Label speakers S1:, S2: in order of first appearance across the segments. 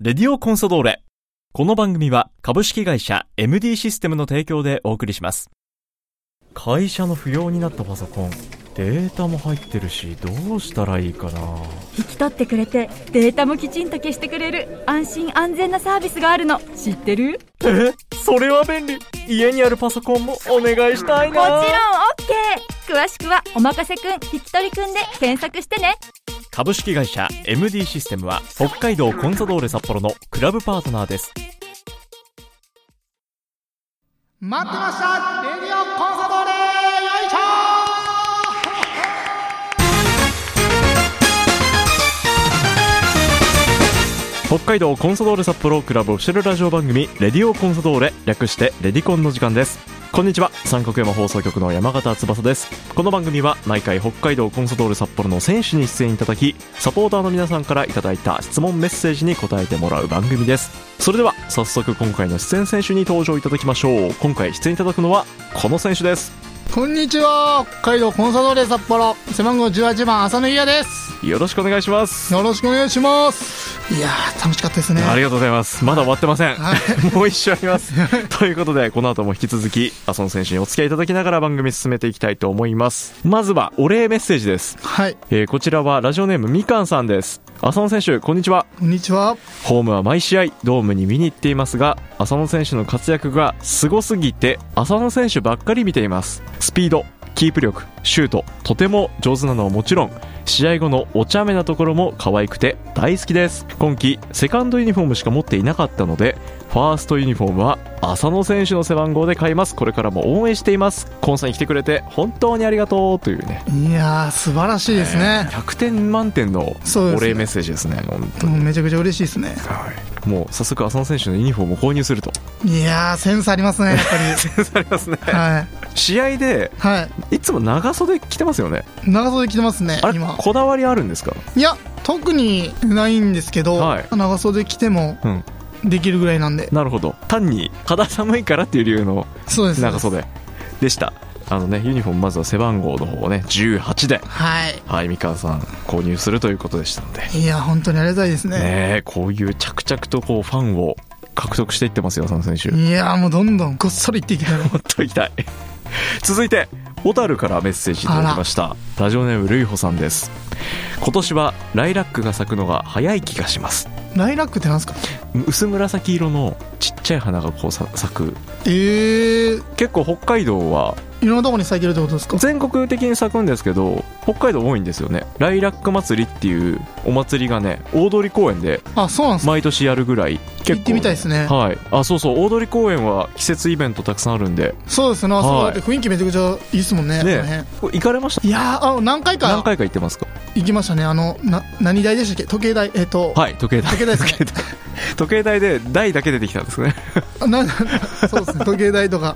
S1: レディオコンソドーレ。この番組は株式会社 MD システムの提供でお送りします。会社の不要になったパソコン、データも入ってるし、どうしたらいいかな。
S2: 引き取ってくれてデータもきちんと消してくれる安心安全なサービスがあるの知ってる
S1: えそれは便利家にあるパソコンもお願いしたい
S2: もちろん OK 詳しくは「おまかせくん引き取りくん」で検索してね
S1: 株式会社 MD システムは北海道コンソドーレ札幌のクラブパートナーです。
S3: 待ってましたレディオコンサドーレよいしょ
S1: 北海道コンソドーレ札幌クラブオフィシャルラジオ番組「レディオコンソドーレ」略して「レディコン」の時間ですこんにちは三角山放送局の山形翼ですこの番組は毎回北海道コンソドーレ札幌の選手に出演いただきサポーターの皆さんからいただいた質問メッセージに答えてもらう番組ですそれでは早速今回の出演選手に登場いただきましょう今回出演いただくのはこの選手です
S3: こんにちは北海道コンサドーレ札幌背番号18番浅野優也です
S1: よろしくお願いします
S3: よろしくお願いしますいやー楽しかったですね
S1: ありがとうございますまだ終わってません
S3: は い
S1: もう一周あります。ということで、この後も引き続き、浅野選手にお付き合いいただきながら番組進めていきたいと思います。まずは、お礼メッセージです。
S3: はい
S1: えーこちらはラジオネームみかんさんです。浅野選手、こんにちは。
S3: こんにちは
S1: ホームは毎試合、ドームに見に行っていますが、浅野選手の活躍がすごすぎて、浅野選手ばっかり見ています。スピード、キープ力、シュート、とても上手なのはもちろん、試合後のお茶目なところも可愛くて大好きです。今季、セカンドユニフォームしか持っていなかったので、ファーストユニフォームは浅野選手の背番号で買います。これからも応援しています。コンさん来てくれて本当にありがとうというね。
S3: いやー素晴らしいですね、
S1: 100点満点の
S3: そうです
S1: お
S3: ね
S1: 礼メッセージですね、本当に。
S3: もうめちゃくちゃ嬉しいですね
S1: もう早速浅野選手のユニフォームを購入す ると
S3: いやーセンスありますねやっぱ
S1: あり ますね
S3: りはい
S1: 試合で
S3: はい
S1: いつも長袖着てますよね
S3: 長袖着てますね
S1: あれ
S3: 今
S1: こだわりあるんですか
S3: いや特にないんですけど、
S1: はい
S3: 長袖着ても
S1: うん
S3: できるぐらいなんで
S1: なるほど単に肌寒いからっていう理由の
S3: そうです
S1: 長袖でしたあのねユニフォームまずは背番号の方をね18で
S3: はい
S1: はいみかんさん購入するということでしたのでね
S3: いや本当にありがたいですね
S1: えこういう着々とこうファンを獲得していってますよ浅野選手
S3: いやーもうどんどんごっそり行っていきたいな
S1: もっと行きたい続いて小樽からメッセージいただきましたラジオネームるいほさんです今年はライラックが咲くのが早い気がします
S3: ライラックってなんすか
S1: 薄紫色のちっちゃい花がこうさ咲く
S3: ええー、
S1: 結構北海道はい
S3: ろんなとこに咲いてるってことですか
S1: 全国的に咲くんですけど北海道多いんですよねライラック祭りっていうお祭りがね大通公園で
S3: あそうなんすか
S1: 毎年やるぐらい結構、
S3: 行ってみたいですね
S1: はいあそうそう大通公園は季節イベントたくさんあるんで
S3: そうですねあそ
S1: は
S3: こ
S1: い
S3: だって雰囲気めちゃくちゃいいですもんね
S1: ね
S3: あの辺
S1: これ行かれました
S3: いやーあ何回
S1: 何
S3: か
S1: 回か行ってますか
S3: 行きましたねあのな何台でしたっけ時計台えっ、と、
S1: はい時計台
S3: 時計台ですね
S1: 時計台で台だけ出てきたん ですね
S3: あなそうですね時計台とか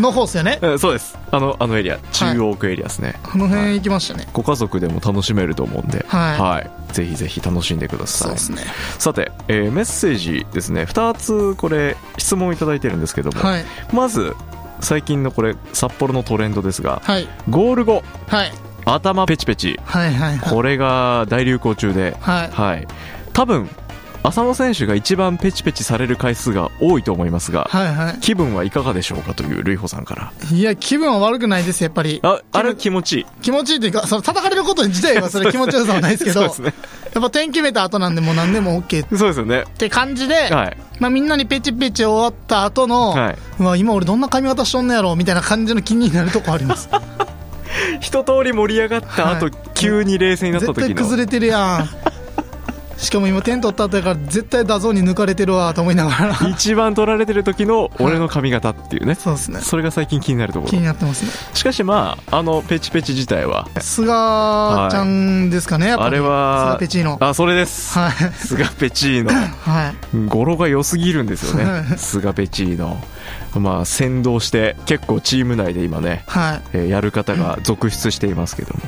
S3: の方っすよね
S1: うんそうですあのあのエリア中央区エリアですね、
S3: この辺行きましたね
S1: ご家族でも楽しめると思うんで、
S3: はい
S1: いぜひぜひ楽しんでくだ
S3: そ
S1: さ
S3: う
S1: い
S3: ですね
S1: さて、えーメッセージですね2つこれ質問いただいてるんですけども、
S3: はい
S1: まず最近のこれ札幌のトレンドですが
S3: はい
S1: ゴール後
S3: はい
S1: 頭ペチペチ
S3: はいはいはい
S1: これが大流行中で
S3: はい
S1: はい多分浅野選手が一番ペチペチされる回数が多いと思いますが
S3: はいは
S1: 気分はいかがでしょうかというルイホさんから
S3: いいや気分は悪くないですやっぱり
S1: ああれ気持ちいい
S3: 気持ちいいというか、その叩かれること自体はそれ気持ちよさはないですけど、
S1: そうで
S3: やっ
S1: すね
S3: ぱ点決めた後なんでもう何でも OK っ
S1: そうですよね
S3: て感じで、
S1: はい
S3: まあみんなにペチペチ終わった後の、
S1: はいう
S3: わ、今俺どんな髪型しとんのやろみたいな感じの気 になるとこあります。
S1: 一通り盛り上がった後、
S3: はい
S1: 急に冷静になった
S3: 絶
S1: 時の
S3: 対崩れてるやん。しかも今点取った後やから絶対ダゾーンに抜かれてるわと思いなが ら。
S1: 一番取られてる時の俺の髪型っていうね、
S3: そうですね。
S1: それが最近気になるとこ
S3: 気に
S1: ろ
S3: なってますね。
S1: しかしまああのペチペチ自体は
S3: 菅ちゃんですかね、やっぱり
S1: あれは
S3: 菅ペチーノ。
S1: あそれです、
S3: はい。
S1: スガペチーノ
S3: はい。
S1: 語呂が良すぎるんですよ
S3: は
S1: ね
S3: い
S1: スガペチーノまあ先導して結構チーム内で今ね
S3: はい。
S1: えーやる方が続出していますけども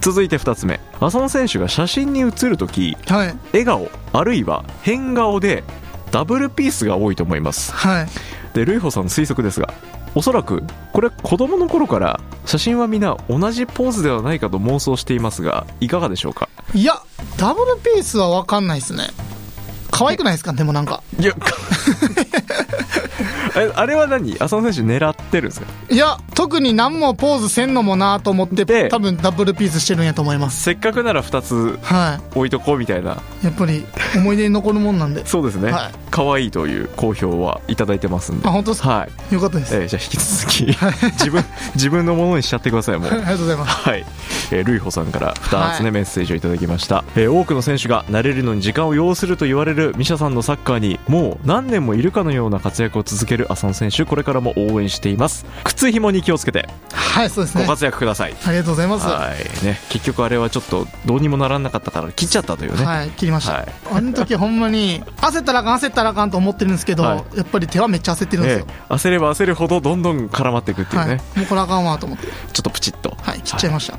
S1: 続いて2つ目浅野選手が写真に写るとき
S3: はい。
S1: 笑顔あるいは変顔でダブルピースが多いと思います
S3: はい。
S1: でルイホさんの推測ですがおそらくこれ子供の頃から写真は皆同じポーズではないかと妄想していますがいかがでしょうか
S3: いや、ダブルピースは分かんないですね。可愛くないですかでもなんか
S1: いやあれあれは何浅野選手狙ってるんですか
S3: いや特に何もポーズせんのもなと思って
S1: で
S3: 多分ダブルピースしてるんやと思います
S1: せっかくなら2つ
S3: は
S1: 置いとこうみたいない
S3: やっぱり思い出に残るも んなんで
S1: そうですね、
S3: はい
S1: 可愛いという好評はいただいてますんで
S3: あ本当ですか
S1: はい、
S3: よかったです、
S1: えーじゃあ引き続き自分自分のものにしちゃってくださいもう
S3: ありがとうございます
S1: はい、えー、ルイホさんから2つね、
S3: はい
S1: メッセージをいただきました、えー多くの選手が慣れるのに時間を要すると言われるミシャさんのサッカーにもう何年もいるかのような活躍を続ける浅野選手これからも応援しています靴ひもに気をつけて
S3: はいそうです
S1: ご
S3: ね
S1: 活躍ください、
S3: ありがとうございますは
S1: はいね、結局あれはちょっとどうにもならなかったから切っちゃったという
S3: い、
S1: ね、
S3: 切りました、
S1: はい
S3: あの時ほんまに焦ったらあかん焦ったらあかんと思ってるんですけど、
S1: は
S3: やっぱり手はめっちゃ焦ってるんで
S1: え
S3: すよ、
S1: え焦れば焦るほどどんどん絡まっていくっていう
S3: はい
S1: ね、
S3: もうこれあかんわと思って
S1: ちょっとプチッと、
S3: はい切っちゃいました、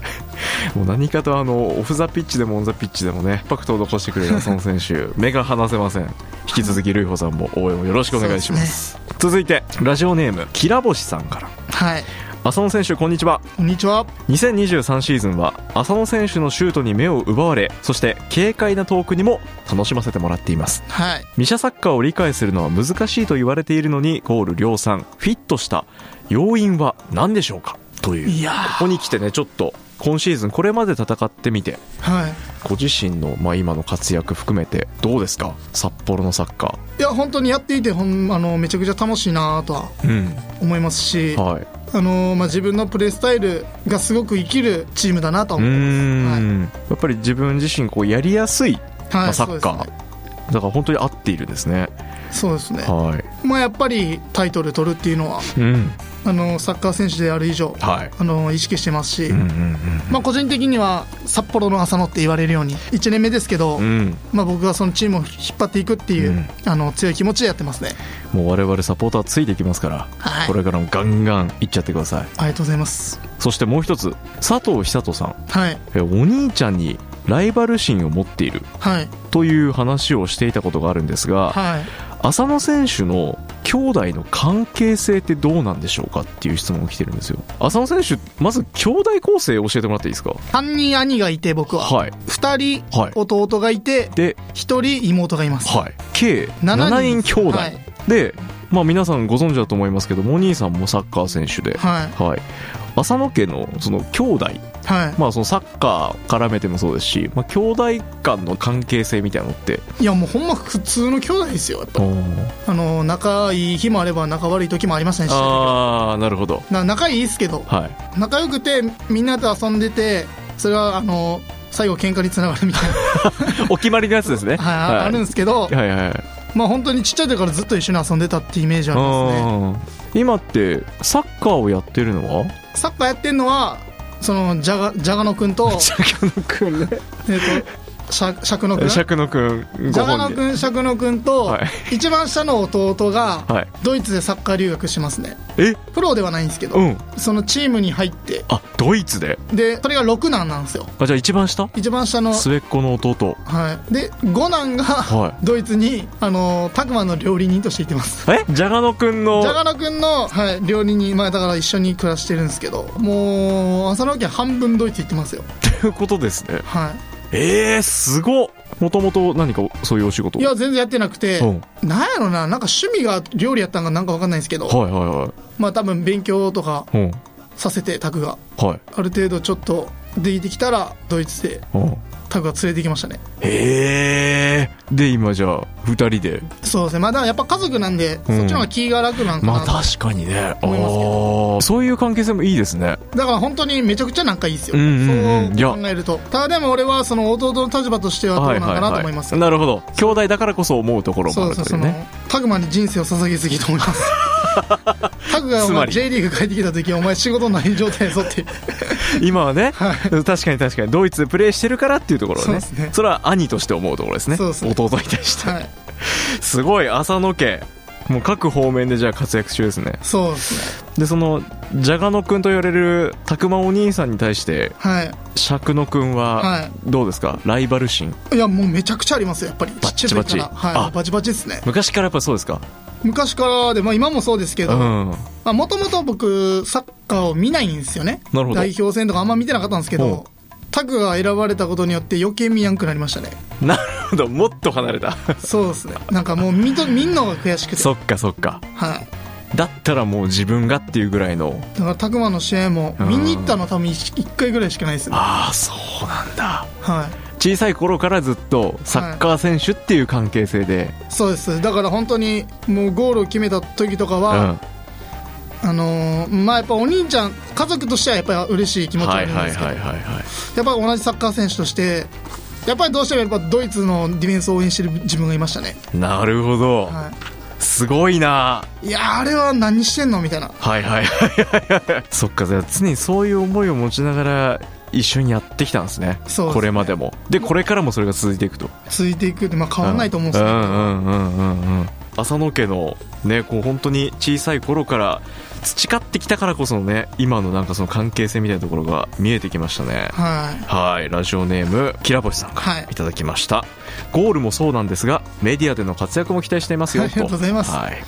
S1: もう何かとあのオフ・ザ・ピッチでもオン・ザ・ピッチでもねインパクトを残してくれる浅野選 手目が離せません引き続きルイホさんも応援をよろしくお願いします続いてラジオネームきらぼしさんから
S3: はい
S1: 浅野選手こんにちは
S3: こんにちは
S1: 2023シーズンは浅野選手のシュートに目を奪われそして軽快なトークにも楽しませてもらっています
S3: はい
S1: ミシャサッカーを理解するのは難しいと言われているのにゴール量産フィットした要因は何でしょうかという
S3: いやー
S1: ここに来てねちょっと今シーズンこれまで戦ってみて
S3: はい
S1: ご自身の、まあ、今の活躍含めてどうですか札幌のサッカ
S3: いや本当にやっていてほんあのめちゃくちゃ楽しいなとは
S1: ーうん
S3: 思いますし、
S1: はい
S3: あのまあ、自分のプレースタイルがすごく生きるチームだなと
S1: うー
S3: 思ってます
S1: ん、やっぱり自分自身こうやりやすい、
S3: はい
S1: ま
S3: は
S1: あ、
S3: い
S1: サ
S3: そう
S1: ッ
S3: です
S1: カ
S3: ね
S1: ー、だから本当に合っているんですね
S3: そうですね、
S1: はい
S3: まあ、やっぱりタイトル取るっていうのは
S1: うん
S3: あのサッカー選手である以上、
S1: はい
S3: あの意識してますし、
S1: うんうん
S3: まあ、個人的には札幌の浅野って言われるように1年目ですけど、
S1: うんうん
S3: まあ、僕がそのチームを引っ張っていくっていう、
S1: うん
S3: あの強い気持ちでやってますね
S1: もう我々サポーターついてきますから、
S3: はい
S1: これからもガンガンいっちゃってください
S3: ありがとうございます
S1: そしてもう一つ佐藤久人さん
S3: はい
S1: えお兄ちゃんにライバル心を持っている
S3: はい
S1: という話をしていたことがあるんですが、
S3: はい
S1: 浅野選手の兄弟の関係性ってどうなんでしょうかっていう質問が来てるんですよ浅野選手まず兄弟構成教えてもらっていいですか
S3: 3人兄がいて僕は、
S1: はい
S3: 2人
S1: はい
S3: 弟がいて、
S1: で、
S3: 一1人妹がいます、
S1: はい、計
S3: 七
S1: 7
S3: 人
S1: 人兄弟、
S3: はい
S1: で、まあ、皆さんご存知だと思いますけどもお兄さんもサッカー選手で、
S3: はい
S1: はい、浅野家のその兄弟
S3: は
S1: まあ、そのサッカー絡めてもそうですし、まあ、兄弟間の関係性みたいなのって
S3: い、いやもうほんま普通の兄弟ですよやっぱあの仲いい日もあれば仲悪い時もありませんし
S1: ああなるほど
S3: な仲いいですけど
S1: はい
S3: 仲良くてみんなと遊んでてそれはあの最後喧嘩につながるみたいな、
S1: お決まりのやつですね
S3: はい、あるんですけど、
S1: はいはいはい
S3: まあ本当にちっちゃい時からずっと一緒に遊んでたってイメージありますね
S1: うん今ってサッカーをやってるの は
S3: サッカーやってんのはそのじゃがじゃがのく んと
S1: 釈野くんね
S3: えっとしゃしゃくのくんじゃ
S1: 釈野くんご
S3: が
S1: 本
S3: の
S1: 人
S3: くんしゃくのくんと、
S1: はい
S3: 一番下の弟が、
S1: はい
S3: ドイツでサッカー留学してますね
S1: え
S3: プロではないんですけど、
S1: うん
S3: そのチームに入って
S1: あドイツで
S3: でそれが6男なんですよ
S1: あじゃあ一番下
S3: 一番下の
S1: 末っ子の弟
S3: はい、で五男が、
S1: は
S3: ドイツにあのタクマの料理人として行ってます
S1: えじゃがのくんの
S3: じゃがらくんの、はい、料理人まあだから一緒に暮らしてるんですけどもう朝の家半分ドイツ行ってますよ
S1: ということですね
S3: は
S1: えー、すごっもともと何かそういうお仕事
S3: いいや全然やってなくて、
S1: う
S3: なんやろななんか趣味が料理やったんかなんかわかんないんですけど、
S1: はいは
S3: まあ多分勉強とか
S1: いはいうん
S3: させてタクが
S1: はい
S3: ある程度ちょっとできてきたらドイツで
S1: うん
S3: タクが連れてきましたね
S1: へえで今じゃあ二人で
S3: そうですねまあだからやっぱ家族なんで、
S1: うん
S3: そっちの方が気が楽なんかな、
S1: まあ確かにねあ
S3: 思いますけ
S1: あそういう関係性もいいですね
S3: だから本当にめちゃくちゃ仲いいですよ、
S1: うんうんうん
S3: そう考えるとただでも俺はその弟の立場としてはどうなんかなと思います、
S1: なるほど兄弟だからこそ思うところも
S3: そ
S1: あ
S3: う
S1: る
S3: そう
S1: とい
S3: そうの
S1: ね
S3: タグマに人生を捧げすぎと思います タグがお
S1: つま
S3: 前
S1: り
S3: J リーグ帰ってきた時お前仕事ない状態やぞって
S1: 今はね
S3: は
S1: 確かに確かにドイツでプレーしてるからっていうところを
S3: そう
S1: ね
S3: ですね
S1: それは兄として思うところですね
S3: そうですね
S1: 弟に対して、
S3: はい
S1: すごい浅野家もう各方面でじゃあ活躍中ですね
S3: そうですね
S1: でそのじゃがのくんと言われるたくまお兄さんに対して
S3: はい
S1: 釈野くん
S3: は
S1: はどうですか、ライバル心
S3: いやもうめちゃくちゃありますよやっぱり
S1: バッチバチ
S3: ちっちゃい時からは
S1: あ
S3: い、バチバチですね
S1: 昔からやっぱそうですか
S3: 昔からで、まあ、今もそうですけ
S1: う
S3: ど
S1: ん
S3: もともと僕サッカーを見ないんですよね
S1: なるほど
S3: 代表戦とかあんま見てなかったんですけ
S1: うん
S3: どタグが選ばれたことによって余計見やんくなりましたね
S1: なほどもっと離れ た
S3: そうですねなんかもう見と見んのが悔しくて
S1: そっかそっか
S3: はい
S1: だったらもう自分がっていうぐらいの
S3: だから拓磨の試合も
S1: うん
S3: 見に行ったの多分一一回ぐらいしかないですね
S1: ああそうなんだ
S3: は
S1: 小さい頃からずっとサッカー選手っていう関係性で、
S3: いそうですだから本当にもうゴールを決めた時とかは、あのーまあやっぱお兄ちゃん家族としてはやっぱり嬉しい
S1: う
S3: 気
S1: ん
S3: 持ちは
S1: は
S3: あ
S1: い
S3: るん
S1: は
S3: で
S1: い
S3: すけど、
S1: はいはいはい
S3: やっぱり同じサッカー選手としてやっぱりどうしてもやっぱドイツのディフェンスを応援してる自分がいましたね、
S1: なるほど、
S3: は、
S1: すごいない
S3: いやーあれは何してんのみたいな
S1: はいはいはいはいはいそっかじゃあ常にそういう思いを持ちながら一緒にやってきたんですね
S3: そうですね
S1: これまでもでこれからもそれが続いていくと
S3: 続いていくって、まあ、変わんないと思うんですけど、
S1: うんうんうんうんうん浅野家のねこう本当に小さい頃から培ってきたからこそのね今のなんかその関係性みたいなところが見えてきましたね
S3: はい
S1: はいラジオネームきらぼしさんか
S3: は
S1: ら
S3: い
S1: いただきました、ゴールもそうなんですがメディアでの活躍も期待していますよ
S3: ありがとうございます
S1: はい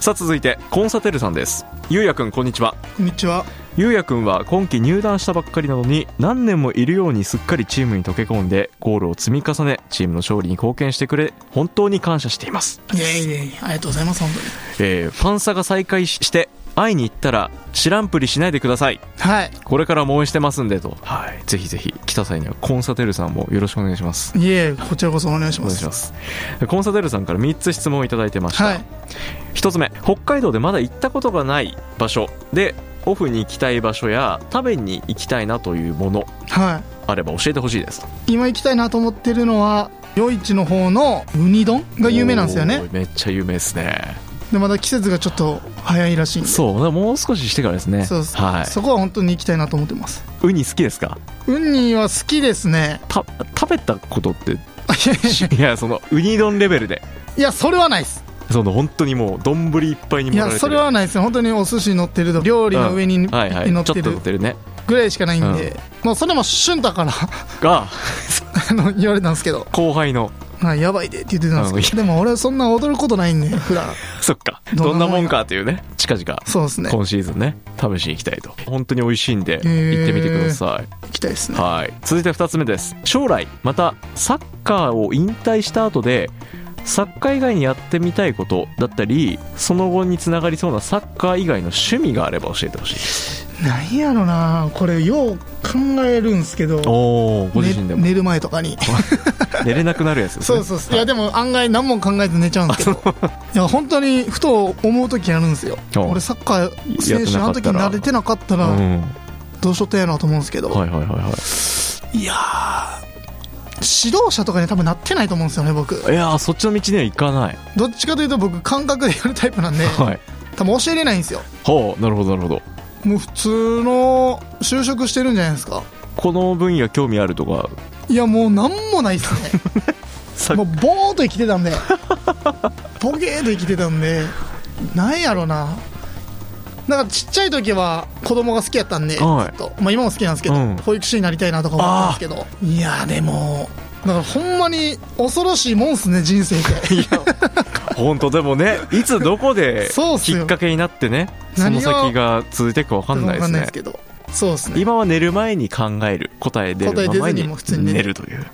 S1: さあ続いてコンサテルさんですゆうやくんこんにちは
S3: こんにちは
S1: ゆうやくんは今季入団したばっかりなのに何年もいるようにすっかりチームに溶け込んでゴールを積み重ねチームの勝利に貢献してくれ本当に感謝しています、
S3: いやいやいやありがとうございます本当に
S1: えーファンサが再開しして会いに行ったら知らんぷりしないでください
S3: はい
S1: これからも応援してますんでと、はい、ぜひぜひ来た際にはコンサテルさんもよろしくお願いします
S3: いえこちらこそお願いし
S1: お
S3: ま
S1: 願い
S3: す
S1: しますコンサテルさんから3つ質問をいただいてました、
S3: はい
S1: 1つ目北海道でまだ行ったことがない場所でオフに行きたい場所や食べに行きたいなというもの
S3: は
S1: あれば教えてほしいです
S3: い今行きたいなと思ってるのは夜市の方のウニ丼が有名なんですよ
S1: お
S3: ね
S1: ーめっちゃ有名ですね
S3: でまだ季節がちょっと早いらしいんで
S1: そうだからもう少ししてからですね
S3: そうです
S1: は
S3: そこは本当に行きたいなと思ってます
S1: いウニ好きですか
S3: ウニは好きで すね
S1: た食べたことって
S3: いやいやいや
S1: いやそのウニ丼レベルで
S3: いやそれはないです
S1: その本当にもう丼いっぱいに
S3: い
S1: 盛ら
S3: や
S1: れてる
S3: それはないです本当にお寿司に乗ってると料理の上に
S1: う
S3: 乗
S1: んはいはい
S3: っ
S1: ちょ
S3: て
S1: っと乗
S3: る
S1: ってるね
S3: ぐらいしかないんで、もうそれも旬だから
S1: が
S3: あの言われたんですけど
S1: 後輩の
S3: 「まあやばいで」って言ってたんですけど、でも俺はそんな踊ることないんで普段
S1: そっか
S3: ど
S1: どん
S3: ん
S1: な
S3: な
S1: も
S3: もんや
S1: んかというね近々
S3: そうですね行
S1: 今シーズンね試しに行きたいと本当に美味しいんで
S3: ー
S1: 行ってみてください、
S3: きたいですね
S1: はい続いて2つ目です将来またサッカーを引退した後でサッカー以外にやってみたいことだったりその後につながりそうなサッカー以外の趣味があれば教えてほしいです
S3: なんやろなこれよう考えるんすけど
S1: おおご自身で
S3: ね
S1: も、
S3: 寝る前とかに
S1: 寝れなくなるやつです、
S3: そ
S1: ね、
S3: うそうそういやでも案外何も考えず寝ちゃうんですけどいや本当にふと思う時あるんですよ
S1: お
S3: 俺サッカー選手
S1: や
S3: あ
S1: っ
S3: の
S1: てなかったら
S3: 時慣れてなかったら
S1: うん、は
S3: どうしようってやなと思うんですけど、
S1: いはいはいはい
S3: い、やー指導者とかに多分なってないと思うんですよね僕
S1: いやーそっちの道には行かない、
S3: どっちかというと僕感覚でやるタイプなんで
S1: はい
S3: 多分教えれないんですよ
S1: ほうなるほどなるほど
S3: もう普通の就職してるんじゃないですか
S1: この分野興味あるとか
S3: いやもう何もないですね
S1: サ
S3: もうボーっと生き てたんでボケーっと生きてたんでなんやろななんかちっちゃい時は子供が好きやったんで、
S1: はい
S3: ずっとまあ、今も好きなんですけど、
S1: うん
S3: 保育士になりたいなとか思ったんですけどいやでもだからほんまに恐ろしいもんっすね人生って
S1: いや本当でもねいつどこで
S3: そうっす
S1: き
S3: よ
S1: っかけになってねその
S3: 何が
S1: 先が続いていくか分かんない
S3: わ
S1: で
S3: か
S1: す
S3: んない
S1: ね
S3: ですけどそうですね
S1: 今は寝る前に考える答え出
S3: 答
S1: る
S3: え出ずに
S1: 前に
S3: もう普通に寝る
S1: 寝るという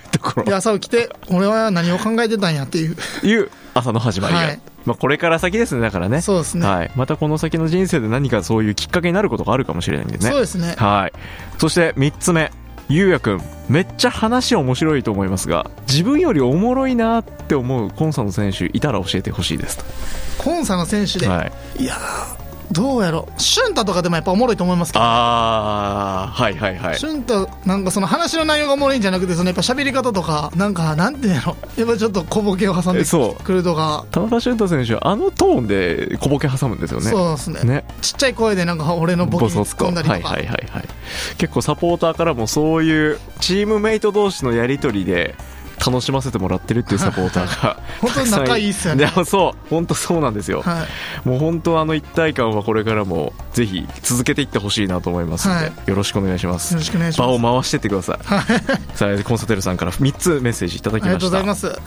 S1: とこ
S3: で
S1: ろ
S3: 朝起きて俺は何を考えてたんやっていう
S1: いう朝の始まりが、
S3: はい
S1: まあ、これから先ですねだからね
S3: そうですね
S1: はい、またこの先の人生で何かそういうきっかけになることがあるかもしれないんでね
S3: そうですね
S1: はいそして3つ目ゆうやくんめっちゃ話面白いと思いますが自分よりおもろいなって思うコンサの選手いたら教えてほしいです
S3: コンサの選手で、
S1: と、はい、
S3: い、やーどうやろう俊太とかでもやっぱおもろいと思いますけど
S1: ああはいはいはい
S3: 俊太なんかその話の内容がおもろいんじゃなくてそのやっぱ喋り方とかなんかなんていうのやっぱちょっと小ボケを挟ん
S1: え
S3: で
S1: そう
S3: くるとか
S1: 田中俊太選手はあのトーンで小ボケ挟むんですよね
S3: そうですね
S1: ね
S3: ちっちゃい声でなんか俺のボケに突っ込んだりと
S1: は
S3: か
S1: いはいはいはい結構サポーターからもそういうチームメイト同士のやり取りで楽しませてもらってるっていうサポーターが
S3: 本当に
S1: たくさ
S3: 仲
S1: ん
S3: いいっすよね
S1: やそう本当そうなんですよ、
S3: はい
S1: もう本当あの一体感はこれからもぜひ続けていってほしいなと思いますので、
S3: は
S1: よろしくお願いします
S3: よろしくお願いし
S1: 場
S3: ま
S1: を
S3: す
S1: 回してってくださいさあコンサテルさんから3つメッセージいただ
S3: あ
S1: き
S3: りが
S1: ま
S3: と
S1: し
S3: うござ
S1: た
S3: いますは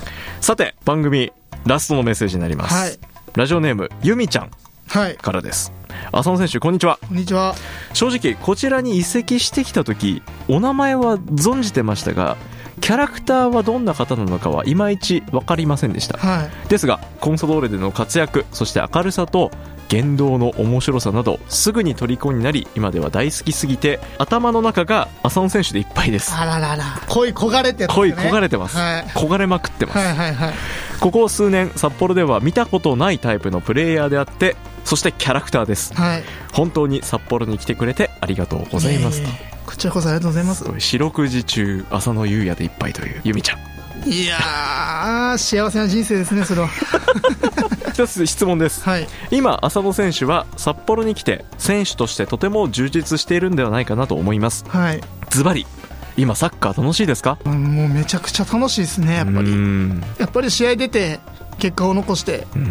S1: さて番組ラストのメッセージになります、
S3: はい
S1: ラジオネームゆみちゃん
S3: い
S1: からです浅野選手こんにちは
S3: こんにちは
S1: 正直こちらに移籍してきた時お名前は存じてましたがキャラクターはどんな方なのかはいまいち分かりませんでした
S3: はい
S1: ですがコンソドーレでの活躍そして明るさと言動の面白さなどすぐに虜になり今では大好きすぎて頭の中が浅野選手でいっぱいです
S3: あららら恋焦がれてるんですね
S1: 恋焦がれてます、
S3: はい
S1: 焦がれまくってます、
S3: はいはいはい
S1: ここ数年札幌では見たことないタイプのプレイヤーであってそしてキャラクターです
S3: はい
S1: 本当に札幌に来てくれてありがとうございますと
S3: ええこちらこそありがとうございます
S1: すごい四六時中浅野ゆうやでいっぱいというゆみちゃん
S3: いやー幸せな人生ですねそれは
S1: 一つ質問です
S3: はい
S1: 今浅野選手は札幌に来て選手としてとても充実しているんではないかなと思います
S3: はい
S1: ズバリ今サッカー楽しいですか
S3: うんもうめちゃくちゃ楽しいですねやっぱ
S1: うー
S3: り
S1: ん
S3: やっぱり試合出て結果を残して
S1: うん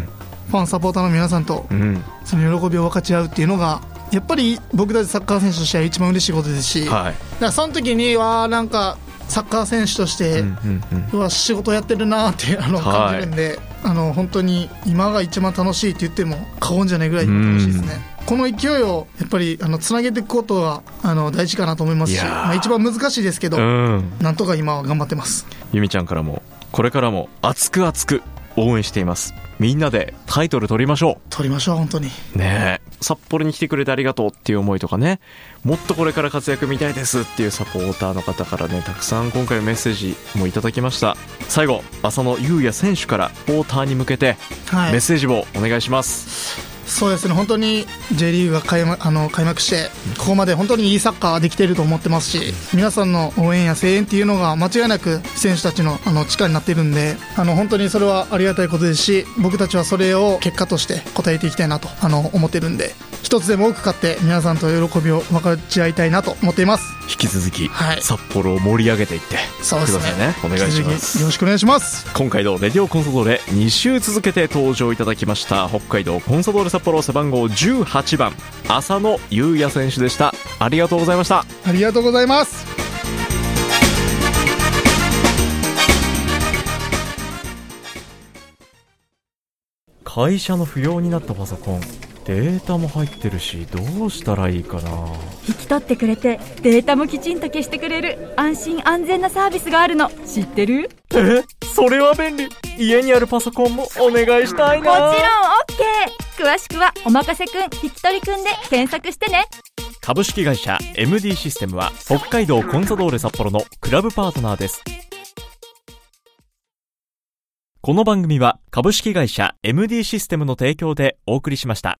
S3: ファンサポーターの皆さんと
S1: うん
S3: その喜びを分かち合うっていうのがやっぱり僕たちサッカー選手としては一番嬉しいことですし、だか
S1: はい
S3: らその時にはなんかサッカー選手として、
S1: う
S3: うん
S1: うんうん
S3: わ仕事やってるなーってあの
S1: はい
S3: 感じるんで、あの本当に今が一番楽しいって言っても過言じゃないぐらい楽しいですね。この勢いをやっぱりあのつなげていくことがあの大事かなと思います
S1: い
S3: し、
S1: やー
S3: まあ、一番難しいですけど、
S1: うん
S3: なんとか今は頑張ってます。
S1: ゆみちゃんからもこれからも熱く熱く応援していますみんなでタイトル取りましょ
S3: 取りましょう本当に。
S1: うねえ札幌に来てくれてありがとうっていう思いとかねもっとこれから活躍見たいですっていうサポーターの方からねたくさん今回メッセージもいただきました最後浅野雄也選手からサポーターに向けて
S3: はい
S1: メッ。セージをお願いします、
S3: そうですね、本当に J リーグが開幕あの開幕して、ここまで本当にいいサッカーできていると思ってますし、皆さんの応援や声援っていうのが間違いなく選手たちのあの力になっているんで、あの本当にそれはありがたいことですし、僕たちはそれを結果として応えていきたいなとあの思ってるんで、一つでも多く勝って、皆さんと喜びを分かち合いたいなと思っています。
S1: 引き続き、
S3: はい
S1: 札幌を盛り上げていって
S3: そうですね
S1: くださいねお願いしま
S3: 引き続きよ
S1: す
S3: ろしくお願いします。
S1: 今回のレディオコンソドーレ2週続けて登場いただきました北海道コンソドーレ札幌背番号18番浅野雄也選手でしたありがとうございました
S3: ありがとうございます。
S1: 会社の不要になったパソコンデータも入ってるしどうしたらいいかな
S2: 引き取ってくれてデータもきちんと消してくれる安心安全なサービスがあるの知ってる
S1: えそれは便利家にあるパソコンもお願いしたい
S2: もちろん OK 詳しくは「おまかせくん引き取りくん」で検索してね
S1: 株式会社 MD システムは北海道コンサドーレ札幌のクラブパートナーですこの番組は株式会社 MD システムの提供でお送りしました